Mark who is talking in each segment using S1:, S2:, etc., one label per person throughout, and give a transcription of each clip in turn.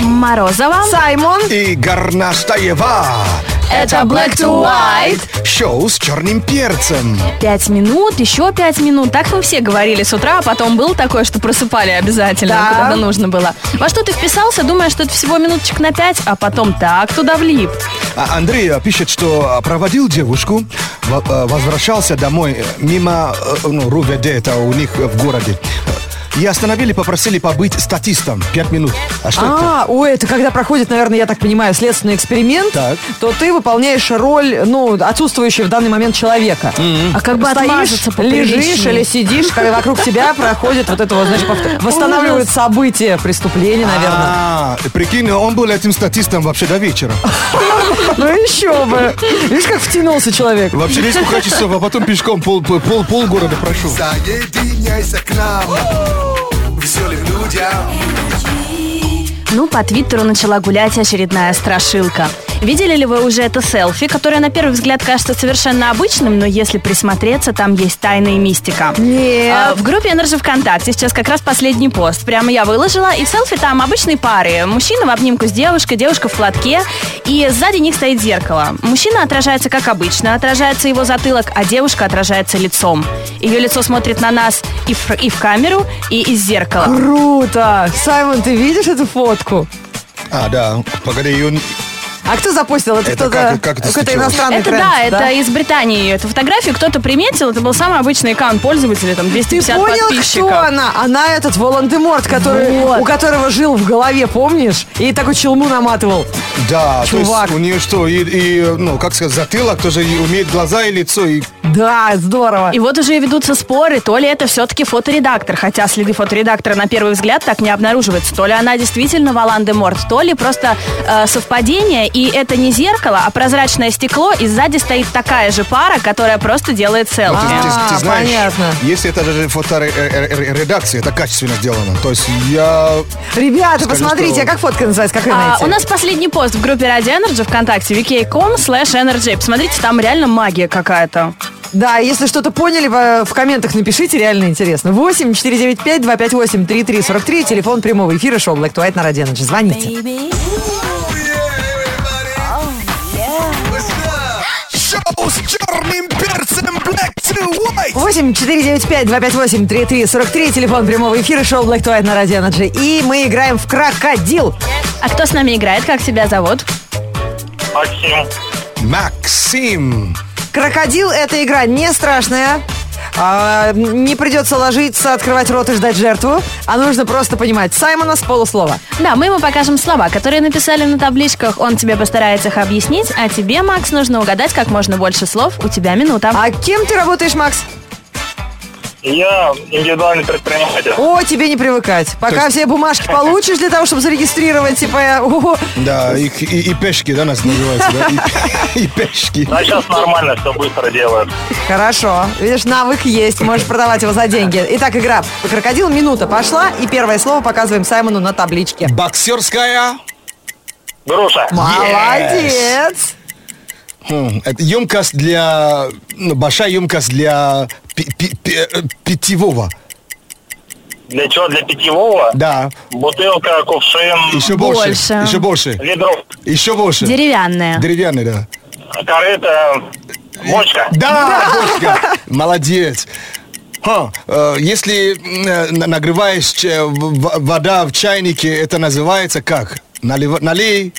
S1: Морозова.
S2: Саймон.
S3: И Горнастаева.
S2: Это Black to White.
S3: Шоу с черным перцем.
S1: Пять минут, еще пять минут. Так мы все говорили с утра, а потом было такое, что просыпали обязательно,
S2: Да.
S1: когда нужно было. Во что ты вписался, думая, что это всего минуточек на пять, а потом так туда влип.
S3: А Андрей э, пишет, что э, проводил девушку, во- э, возвращался домой э, мимо э, ну, РУВД, это у них э, в городе. И остановили, попросили побыть статистом. Пять минут. А что это?
S2: А, ой, это когда проходит, наверное, я так понимаю, следственный эксперимент,
S3: Так.
S2: то ты выполняешь роль, ну, отсутствующего в данный момент человека.
S1: А как бы
S2: Стоишь,
S1: отмазаться
S2: лежишь
S1: поприличнее.
S2: или сидишь, когда вокруг тебя проходит вот это вот, знаешь, повтор- восстанавливают
S1: Ужас.
S2: события преступления, наверное.
S3: А, прикинь, он был этим статистом вообще до вечера.
S2: Ну еще бы. Видишь, как втянулся человек.
S3: Вообще несколько часов, а потом пешком пол, пол, пол, полгорода прошел.
S4: Соединяйся к нам Веселым людям
S1: Ну, по Твиттеру начала гулять очередная страшилка. Видели ли вы уже это селфи, которое на первый взгляд кажется совершенно обычным, но если присмотреться, там есть тайна и мистика.
S2: Нет.
S1: А, в группе Energy ВКонтакте сейчас как раз последний пост. Прямо я выложила, и в селфи там обычные пары. Мужчина в обнимку с девушкой, девушка в платке, и сзади них стоит зеркало. Мужчина отражается как обычно, отражается его затылок, а девушка отражается лицом. Ее лицо смотрит на нас и в, и в камеру, и из зеркала.
S2: Круто! Саймон, ты видишь эту фотку?
S3: А, да. Погоди, ее...
S2: А кто запостил? Это,
S3: Это
S2: кто-то...
S3: как- как это
S2: какой-то
S3: случилось?
S2: иностранный
S1: Это
S2: тренд,
S1: да, это из Британии. Эту фотографию кто-то приметил. Это был самый обычный аккаунт пользователя, там
S2: Ты
S1: 250
S2: понял,
S1: подписчиков.
S2: кто она? Она этот Волан-де-Морт, который,
S1: Вот.
S2: у которого жил в голове, помнишь? И такой челму наматывал.
S3: Да, то
S2: Чувак.
S3: есть у нее что, и, и, ну, как сказать, затылок тоже и умеет глаза и лицо, и
S2: Да, здорово.
S1: И вот уже и ведутся споры, то ли это все-таки фоторедактор, хотя следы фоторедактора на первый взгляд так не обнаруживаются. То ли она действительно Валан де Морт, то ли просто э, совпадение, и это не зеркало, а прозрачное стекло, и сзади стоит такая же пара, которая просто делает
S3: Ну, ты,
S1: селфи.
S3: ты-
S2: А,
S3: ты знаешь,
S2: понятно.
S3: если это даже фоторедакция, это качественно сделано. То есть я...
S2: Ребята,
S3: Скажу,
S2: посмотрите,
S3: что-
S2: а как фотка называется? Как ее
S1: А,
S2: найти?
S1: у нас последний пост в группе Ради Energy ВКонтакте vk.com slash energy. Посмотрите, там реально магия какая-то.
S2: Да, если что-то поняли, в- в комментах напишите, реально интересно. 8 495 258 3343, телефон прямого эфира, шоу Black to White на Радио Energy. Звоните.
S4: Шоу с черным перцем Black to White
S2: 8 495 258 3343, телефон прямого эфира, шоу Black to White на Радио Energy. И мы играем в крокодил.
S1: А кто с нами играет? Как тебя зовут?
S5: Максим,
S3: Максим!
S2: Крокодил – это игра не страшная. а, не придется ложиться, открывать рот и ждать жертву, а нужно просто понимать Саймона с полуслова.
S1: Да, мы ему покажем слова, которые написали на табличках. Он тебе постарается их объяснить, а тебе, Макс, нужно угадать как можно больше слов. У тебя минута.
S2: А кем ты работаешь, Макс?
S5: я индивидуальный предприниматель.
S2: О, тебе не привыкать. Пока
S3: есть-
S2: все бумажки получишь для того, чтобы зарегистрировать, типа, э, о,
S3: Да, и, и, и пешки, да, нас называется, да? И, и пешки.
S5: А сейчас нормально, все быстро делают.
S2: хорошо. Видишь, навык есть, можешь продавать его за деньги. Итак, игра «Крокодил», минута пошла, и первое слово показываем Саймону на табличке.
S3: Боксерская
S5: Груша.
S2: Молодец!
S3: Хм, это емкость для... Ну, большая емкость для пи- пи- пи- э, питьевого.
S5: Для чего? Для питьевого?
S3: Да.
S5: Бутылка, кувшин,
S3: Еще больше.
S1: Больше.
S3: Еще больше.
S5: ведро,
S3: Еще больше.
S1: Деревянная.
S3: Деревянный, да.
S5: корыто, бочка.
S3: Да, Бошка, молодец. Ха, э, если э, на- нагреваешь че- в- в- вода в чайнике, это называется как? Налив- налей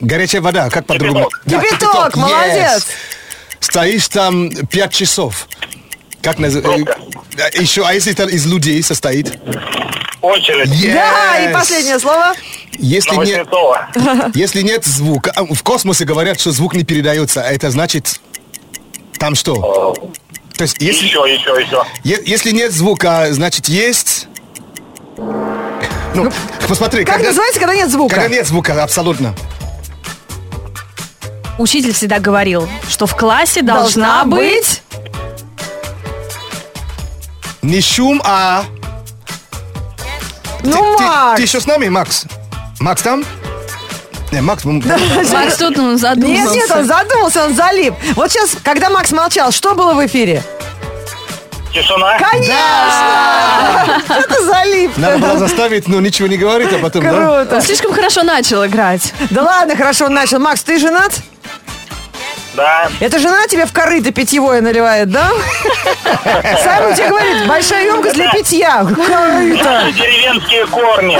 S3: горячая вода, как по-другому?
S5: Кипяток.
S3: Да,
S2: Кипяток,
S3: yes.
S2: молодец!
S3: Стоишь там 5 часов. Как
S5: Пробка.
S3: называется? Еще, а если это из людей состоит?
S5: Очередь. Э,
S3: Yes.
S2: Да, и последнее слово.
S3: Если нет,
S5: Новоцветова.
S3: если нет звука, а, в космосе говорят, что звук не передается, а это значит там что? То есть если
S5: Еще, еще, еще.
S3: Е- Если нет звука, значит есть. Ну, посмотри,
S2: Как
S3: когда,
S2: называется, когда нет звука?
S3: когда нет звука, абсолютно.
S1: Учитель всегда говорил, что в классе должна,
S2: Должна
S1: быть...
S2: быть
S3: Не шум, а. Ты-
S2: Ну,
S3: ты,
S2: Макс!
S3: еще с нами, Макс? Макс там? Не, Макс, м-
S1: Макс тут ну,
S2: Нет,
S1: задумался.
S2: нет, он задумался, он залип. Вот сейчас, когда Макс молчал, что было в эфире?
S5: Тишина?
S2: Конечно! Что ты залип?
S3: Надо было заставить, но ничего не говорить, а потом, да?
S2: Круто.
S1: Он слишком хорошо начал играть.
S2: Да ладно, хорошо, он начал. Макс, ты женат?
S5: Да.
S2: Это жена тебе в корыто питьевое наливает, да? Саймон тебе говорит, большая емкость для питья. Корыто.
S5: Деревенские корни.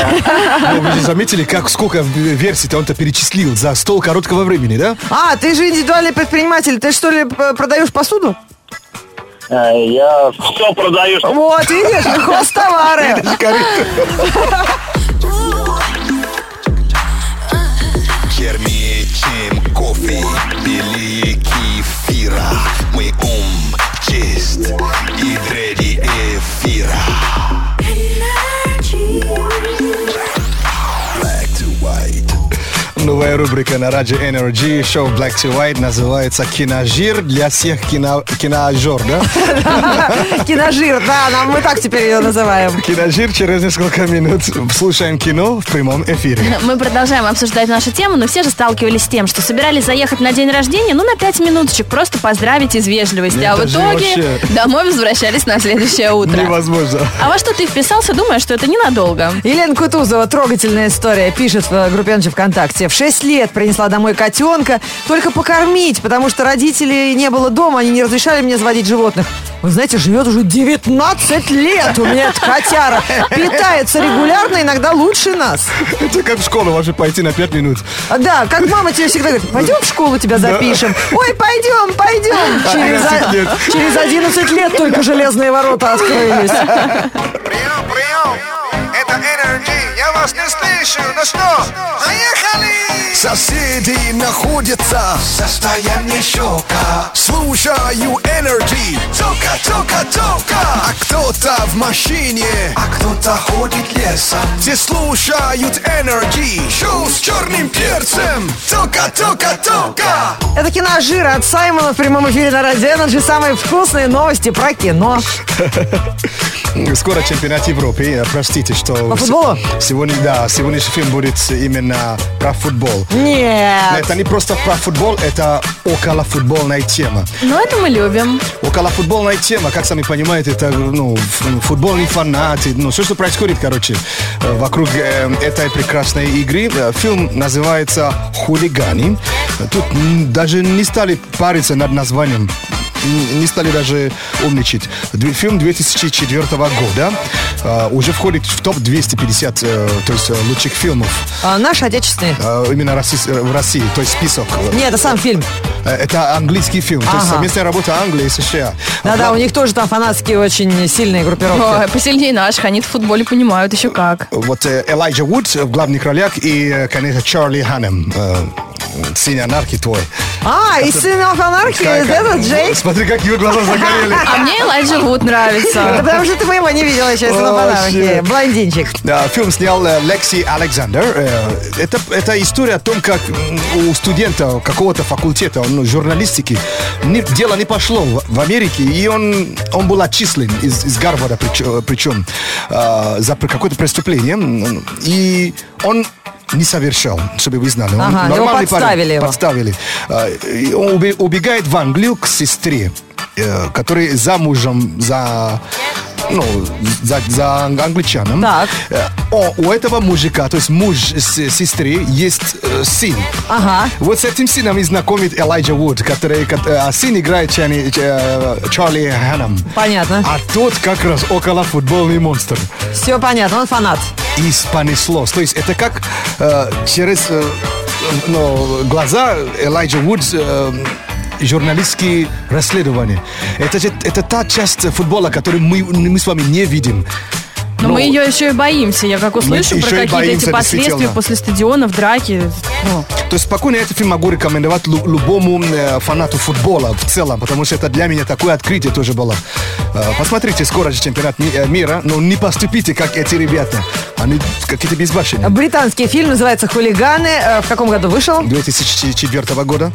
S3: Ну, Вы же заметили, как сколько э, версий-то он-то перечислил за стол короткого времени, да?
S2: А, ты же индивидуальный предприниматель. Ты что ли п- продаешь посуду?
S5: Э, Я все продаю.
S2: Вот, видишь, хостовары.
S4: Чернее, кофе, белее кефира Мы ум чист и дрели эфира Black to white
S3: Новая рубрика на Радио Energy, шоу Black to White, называется «Киножир для всех кино, киноажер», да?
S2: Киножир, да, нам- мы так теперь ее называем.
S3: Киножир через несколько минут. Слушаем кино в прямом
S2: Ну,
S3: эфире.
S1: Мы продолжаем обсуждать нашу тему, но все же сталкивались с тем, что собирались заехать на день рождения, ну, на пять минуточек, просто поздравить из вежливости.
S3: Это
S1: а в
S3: же
S1: итоге
S3: вообще-
S1: домой возвращались на следующее утро.
S3: Невозможно.
S1: А во что ты вписался, думая, что это ненадолго?
S2: Елена Кутузова, трогательная история, пишет в э, группе Анжи ВКонтакте. В 6 лет принесла домой котенка, только покормить, потому что родителей не было дома, они не разрешали мне заводить животных. Вы знаете, живет уже 19 лет у меня эта котяра. Питается регулярно, иногда лучше нас.
S3: Это как в школу вообще пойти на пять минут.
S2: А, Да, как мама тебе всегда говорит, пойдем в школу тебя запишем. Ой, пойдем, пойдем. Через, о-
S3: 11 лет.
S2: через 11 лет только железные ворота открылись.
S4: Прием, прием! Это Energy! Я вас не слышу! Ну что, поехали! Соседи находятся в состоянии шока Слушаю Energy Тока, тока, тока А кто-то в машине А кто-то ходит лесом Все слушают Energy Шоу с черным перцем Тока, тока, тока
S2: Это киножир от Саймона в прямом эфире на Радио Energy. Самые вкусные новости про кино.
S3: Скоро чемпионат Европы. Э, Простите, что...
S2: По футболу?
S3: Сегодня, да, сегодняшний фильм будет именно про футбол.
S2: Нет.
S3: Это не просто про футбол, это околофутбольная тема.
S1: Но это мы любим.
S3: Околофутбольная тема, как сами понимаете, это ну, ф- футбольные фанаты, ну, все, что происходит, короче, э, вокруг э, этой прекрасной игры. Э, Фильм называется «Хулиганы». Тут м, даже не стали париться над названием, м, не стали даже умничать. Две- Фильм 2004 года э, уже входит в топ-250, то есть э, лучших фильмов
S2: А, наши отечественные.
S3: э, именно российс- э, в России, то есть список. э,
S2: Нет, это сам фильм.
S3: Э, Это английский фильм, то есть
S2: Ага.
S3: совместная работа Англии и США.
S2: Да-да, у них тоже там фанатские очень сильные группировки.
S1: Ой, посильнее наших, они в футболе понимают еще как.
S3: Вот э, Элайджа Вуд в главных ролях и, э, конечно, Чарли Ханнем. э, Синий анархи твой.
S2: А, и сына анархии,
S3: Как- как-
S2: этот Джейк.
S3: Смотри, как ее глаза загорели.
S1: А мне Элайджа Вуд
S2: Да
S1: нравится.
S2: потому что ты моего не видела еще, если на
S3: Вообще.
S2: Фонархии. Блондинчик.
S3: Да, фильм снял э, Лекси Александр. Э, Это, это история о том, как м, у студента какого-то факультета, ну, журналистики, не- дело не пошло в, в Америке, и он, он был отчислен из, из Гарварда, причем, причем э, за пр- какое-то преступление. М, И он не совершал, чтобы вы знали. Он
S2: Ага, его
S3: нормальный парень.
S2: подставили его.
S3: Подставили. Э, и Он убе- убегает в Англию к сестре, э, которая замужем за... Ну, за, за англичаном.
S2: Так.
S3: Э, о- у этого мужика, то есть муж с- сестры, есть э, сын.
S2: Ага.
S3: Вот с этим сыном и знакомит Элайджа Вуд, который, кот- э, а сын играет Чарли, э, Чарли Ханнам.
S2: Понятно.
S3: А тот как раз около футбольный монстр.
S2: Все понятно, он фанат.
S3: И понеслось. То есть это как э, через э, ну, глаза Элайджа Вуд э, журналистские расследования. Это, же- это та часть футбола, которую мы, мы с вами не видим.
S1: Но мы ее еще и боимся. Я как услышу
S3: еще
S1: про
S3: Ну. и
S1: какие-то эти
S3: боимся,
S1: последствия
S3: действительно.
S1: после стадионов, драки. ну,
S3: То есть спокойно этот фильм могу рекомендовать лю- любому э, фанату футбола в целом, потому что это для меня такое открытие тоже было. Э, посмотрите, скоро же чемпионат ми- э, мира, но не поступите, как эти ребята. Они какие-то безбашенные.
S2: Британский фильм называется «Хулиганы». Э, В каком году вышел?
S3: 2004 года.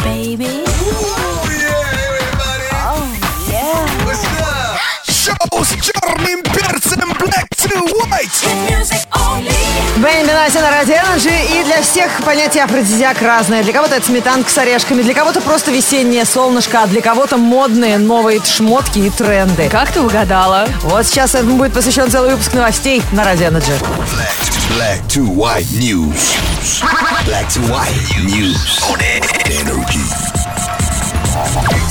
S4: Шоу с черным перцем Black to white
S2: Бенни Бенасси Слушайте на Радио Energy, и для всех понятие афродизиак разное. Для кого-то это сметанка с орешками, для кого-то просто весеннее солнышко, а для кого-то модные новые шмотки и тренды.
S1: Как ты угадала?
S2: Вот сейчас этому будет посвящен целый выпуск новостей на Радио Energy.
S4: Black, black to white news. Black to white news on energy.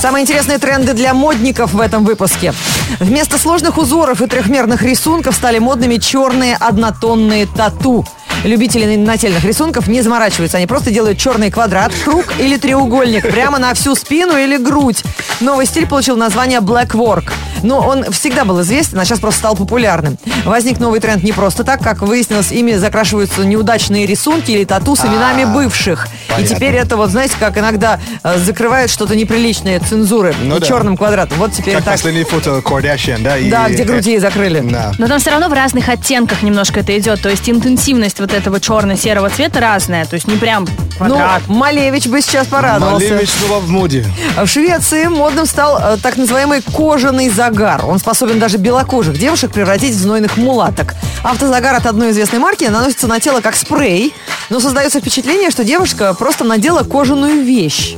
S2: Самые интересные тренды для модников в этом выпуске. Вместо сложных узоров и трехмерных рисунков стали модными черные однотонные тату. Любители нательных рисунков не заморачиваются. Они просто делают черный квадрат, круг или треугольник прямо на всю спину или грудь. Новый стиль получил название Black Work. Но он всегда был известен, а сейчас просто стал популярным. Возник новый тренд не просто так. Как выяснилось, ими закрашиваются неудачные рисунки или тату с именами бывших. И
S3: понятно.
S2: теперь это вот, знаете, как иногда э, закрывают что-то неприличное цензуры
S3: Ну
S2: и
S3: да.
S2: черным квадратом. Вот теперь
S3: Как
S2: так.
S3: последнее фото Кардашьян, да? и-
S2: Да, где груди закрыли.
S3: Да.
S1: Но там все равно в разных оттенках немножко это идет. То есть интенсивность вот этого черно-серого цвета разная. То есть не прям
S2: Ну,
S1: квадрат.
S2: Малевич бы сейчас порадовался.
S3: Малевич снова в моде.
S2: В Швеции модным стал э, так называемый кожаный загар. Он способен даже белокожих девушек превратить в знойных мулаток. Автозагар от одной известной марки наносится на тело как спрей, но создается впечатление, что девушка просто надела кожаную вещь.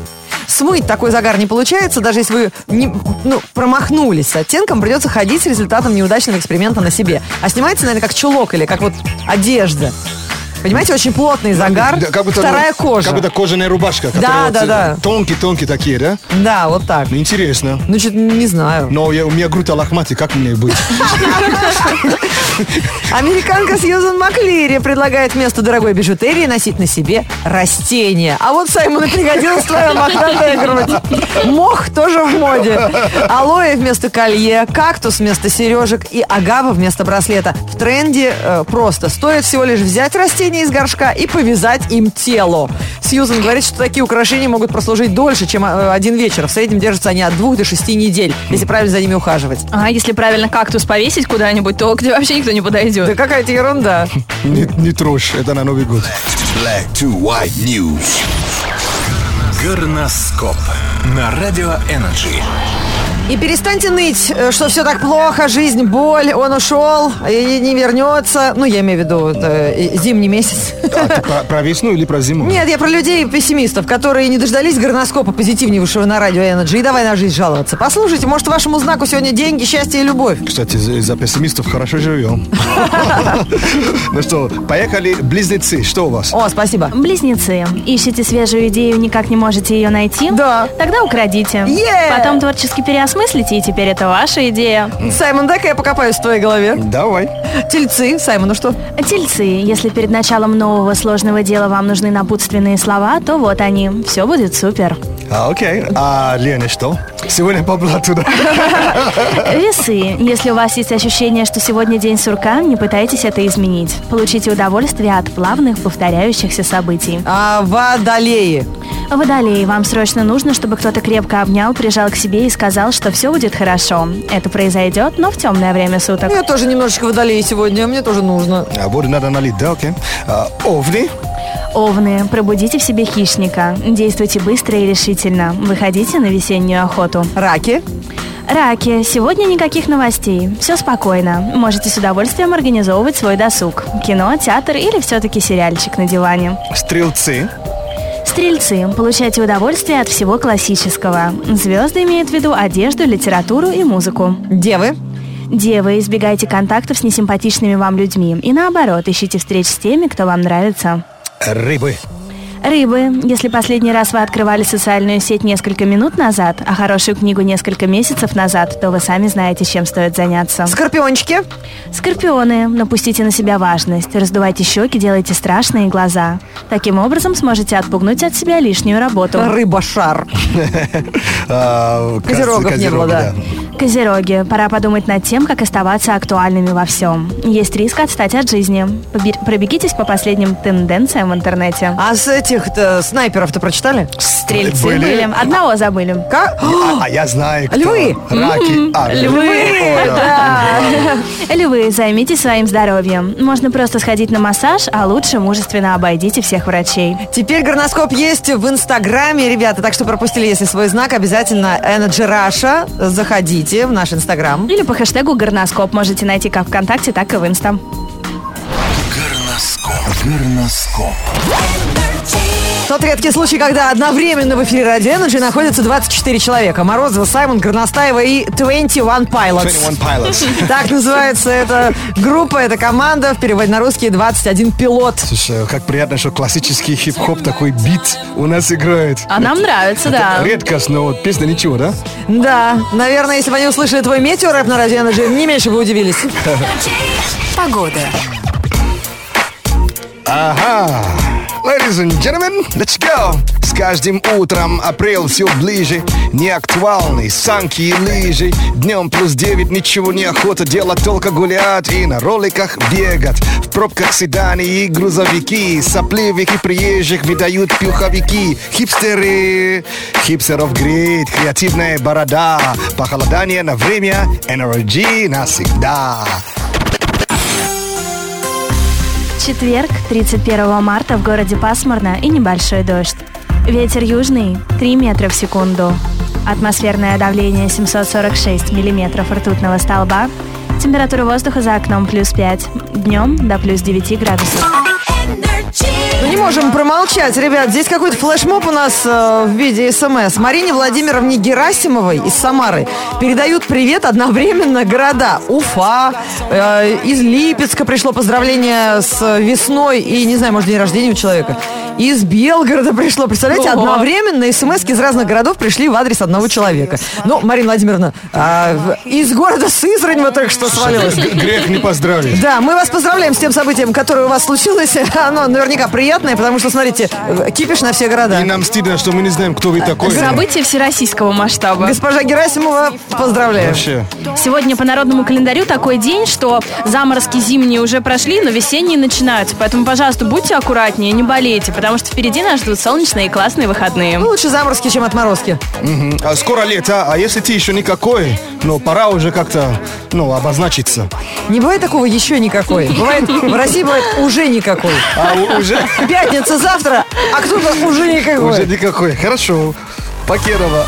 S2: Смыть такой загар не получается, даже если вы не- ну, промахнулись с оттенком, придется ходить с результатом неудачного эксперимента на себе. А снимается, наверное, как чулок или как вот одежда. Понимаете, очень плотный загар,
S3: Да, как будто, ну,
S2: вторая кожа.
S3: Как будто кожаная рубашка. которая вот,
S2: да,
S3: э,
S2: да.
S3: Тонкие-тонкие такие, да?
S2: Да, вот так.
S3: Ну, интересно.
S2: Ну, что-то не знаю.
S3: Но я, у меня грудь лохматый, как мне быть?
S2: Американка Сьюзан Маклири предлагает вместо дорогой бижутерии носить на себе растения. А вот Саймону пригодилась твоя мохнатая грудь. Мох тоже в моде. Алоэ вместо колье, кактус вместо сережек и агава вместо браслета. В тренде э, просто. Стоит всего лишь взять растение из горшка и повязать им тело. Сьюзан говорит, что такие украшения могут прослужить дольше, чем э, один вечер. В среднем держатся они от двух до шести недель, если правильно за ними ухаживать.
S1: А если правильно кактус повесить куда-нибудь, то к тебе вообще никто не подойдет.
S2: Да какая-то ерунда.
S3: Не, не трожь, это на Новый год.
S4: Black to white news.
S6: Горноскоп на Радио Энерджи.
S2: И перестаньте ныть, э, что все так плохо, жизнь, боль, он ушел и не вернется. Ну, я имею в виду э, и- зимний месяц.
S3: А ты про, про весну или про зиму?
S2: Нет, я про людей-пессимистов, которые не дождались горноскопа позитивнейшего на радио Energy. И давай на жизнь жаловаться. Послушайте, может, вашему знаку сегодня деньги, счастье и любовь.
S3: Кстати, за, за пессимистов хорошо живем. Ну что, поехали, близнецы, что у вас?
S2: О, спасибо.
S1: Близнецы. Ищете свежую идею, никак не можете ее найти?
S2: Да.
S1: Тогда украдите.
S2: Е!
S1: Потом творчески переосмыслите, и теперь это ваша идея.
S2: Саймон, дай-ка я покопаюсь в твоей голове.
S3: Давай.
S2: Тельцы, Саймон, ну что?
S1: Тельцы, если перед началом нового сложного дела вам нужны напутственные слова, то вот они. Все будет супер.
S3: А, окей. А, Лена, что? Сегодня по блату, да?
S1: Весы. Если у вас есть ощущение, что сегодня день сурка, не пытайтесь это изменить. Получите удовольствие от плавных повторяющихся событий.
S2: А, водолеи.
S1: Водолеи, вам срочно нужно, чтобы кто-то крепко обнял, прижал к себе и сказал, что все будет хорошо. Это произойдет, но в темное время суток.
S2: Ну, Я тоже немножечко водолеи сегодня, мне тоже нужно.
S3: А, воду надо налить, да, окей. А, Овны?
S1: Овны, пробудите в себе хищника. Действуйте быстро и решительно. Выходите на весеннюю охоту.
S2: Раки.
S1: Раки, сегодня никаких новостей. Все спокойно. Можете с удовольствием организовывать свой досуг. Кино, театр или все-таки сериальчик на диване.
S3: Стрелцы?
S1: Стрельцы, получайте удовольствие от всего классического. Звезды имеют в виду одежду, литературу и музыку.
S2: Девы.
S1: Девы, избегайте контактов с несимпатичными вам людьми. И наоборот, ищите встреч с теми, кто вам нравится.
S3: Рыбы?
S1: Рыбы, если последний раз вы открывали социальную сеть несколько минут назад, а хорошую книгу несколько месяцев назад, то вы сами знаете, чем стоит заняться.
S2: Скорпиончики.
S1: Скорпионы, напустите на себя важность, раздувайте щеки, делайте страшные глаза. Таким образом сможете отпугнуть от себя лишнюю работу.
S2: Рыбошар.
S3: А, каз-
S2: Козерогов не было, да.
S1: Козероги, пора подумать над тем, как оставаться актуальными во всем. Есть риск отстать от жизни. Побе- Пробегитесь по последним тенденциям в интернете.
S2: А с этих-то снайперов-то прочитали?
S1: Стрельцы
S3: были?
S1: Одного забыли.
S2: Как?
S3: А, а я знаю, кто.
S2: Львы. М-м-м.
S3: Раки. А, О, да.
S1: Львы, займитесь своим здоровьем. Можно просто сходить на массаж, а лучше мужественно обойдите всех врачей.
S2: Теперь горноскоп есть в Инстаграме, ребята, так что пропустили, если свой знак, обязательно Energy Russia. Заходите в наш Инстаграм.
S1: Или по хэштегу «Горноскоп» можете найти как ВКонтакте, так и в Инстам.
S6: Горноскоп. Горноскоп.
S2: Тот редкий случай, когда одновременно в эфире Радио Energy находятся 24 человека. Морозова, Саймон, Горностаева и 21
S3: 21
S2: Pilots.
S3: Pilots.
S2: Так называется эта группа, эта команда. В переводе на русский 21 пилот.
S3: Слушай, как приятно, что классический хип-хоп такой бит у нас играет.
S1: А нам нравится, да.
S3: Редкость, но вот песня ничего, да?
S2: Да, наверное, если бы они услышали твой метеорэп на Радио Energy, не меньше бы удивились.
S7: Погода.
S3: Ага. Ladies and gentlemen, let's go. С каждым утром апрель все ближе. Не актуальный, санки и лыжи. Днем плюс 9, ничего не охота делать, только гулять и на роликах бегать. В пробках седаны и грузовики, сопливых и приезжих выдают пюховики. Хипстеры, хипстеров греет, креативная борода. Похолодание на время, NRG навсегда.
S8: Четверг, 31 марта в городе пасмурно и небольшой дождь. Ветер южный 3 метра в секунду. Атмосферное давление 746 миллиметров ртутного столба. Температура воздуха за окном плюс 5. Днем до плюс 9 градусов.
S2: Ну, не можем промолчать, ребят. Здесь какой-то флешмоб у нас э, в виде СМС. Марине Владимировне Герасимовой из Самары передают привет одновременно города. Уфа, э, из Липецка пришло поздравление с весной и, не знаю, может, день рождения у человека. Из Белгорода пришло. Представляете,
S1: Ого.
S2: одновременно смс из разных городов пришли в адрес одного человека. Ну, Марина Владимировна, а, в- из города Сызрань вы только что свалилась.
S3: Г- Грех не поздравить.
S2: Да, мы вас поздравляем с тем событием, которое у вас случилось. Оно наверняка приятное, потому что, смотрите, э, кипиш на все города.
S3: И нам стыдно, что мы не знаем, кто вы такой.
S1: Событие всероссийского масштаба.
S2: Госпожа Герасимова, поздравляю.
S3: Вообще.
S1: Сегодня по народному календарю такой день, что заморозки зимние уже прошли, но весенние начинаются. Поэтому, пожалуйста, будьте аккуратнее, не болейте, потому что впереди нас ждут солнечные и классные выходные.
S2: Ну, лучше заморозки, чем отморозки.
S3: Мгм. А скоро лето, а если ты еще никакой, но пора уже как-то, ну, обозначиться.
S2: Не бывает такого еще никакой. Бывает, в России бывает уже никакой.
S3: А у- уже,
S2: Пятница завтра, а кто-то уже никакой.
S3: уже никакой. Хорошо. Покерова.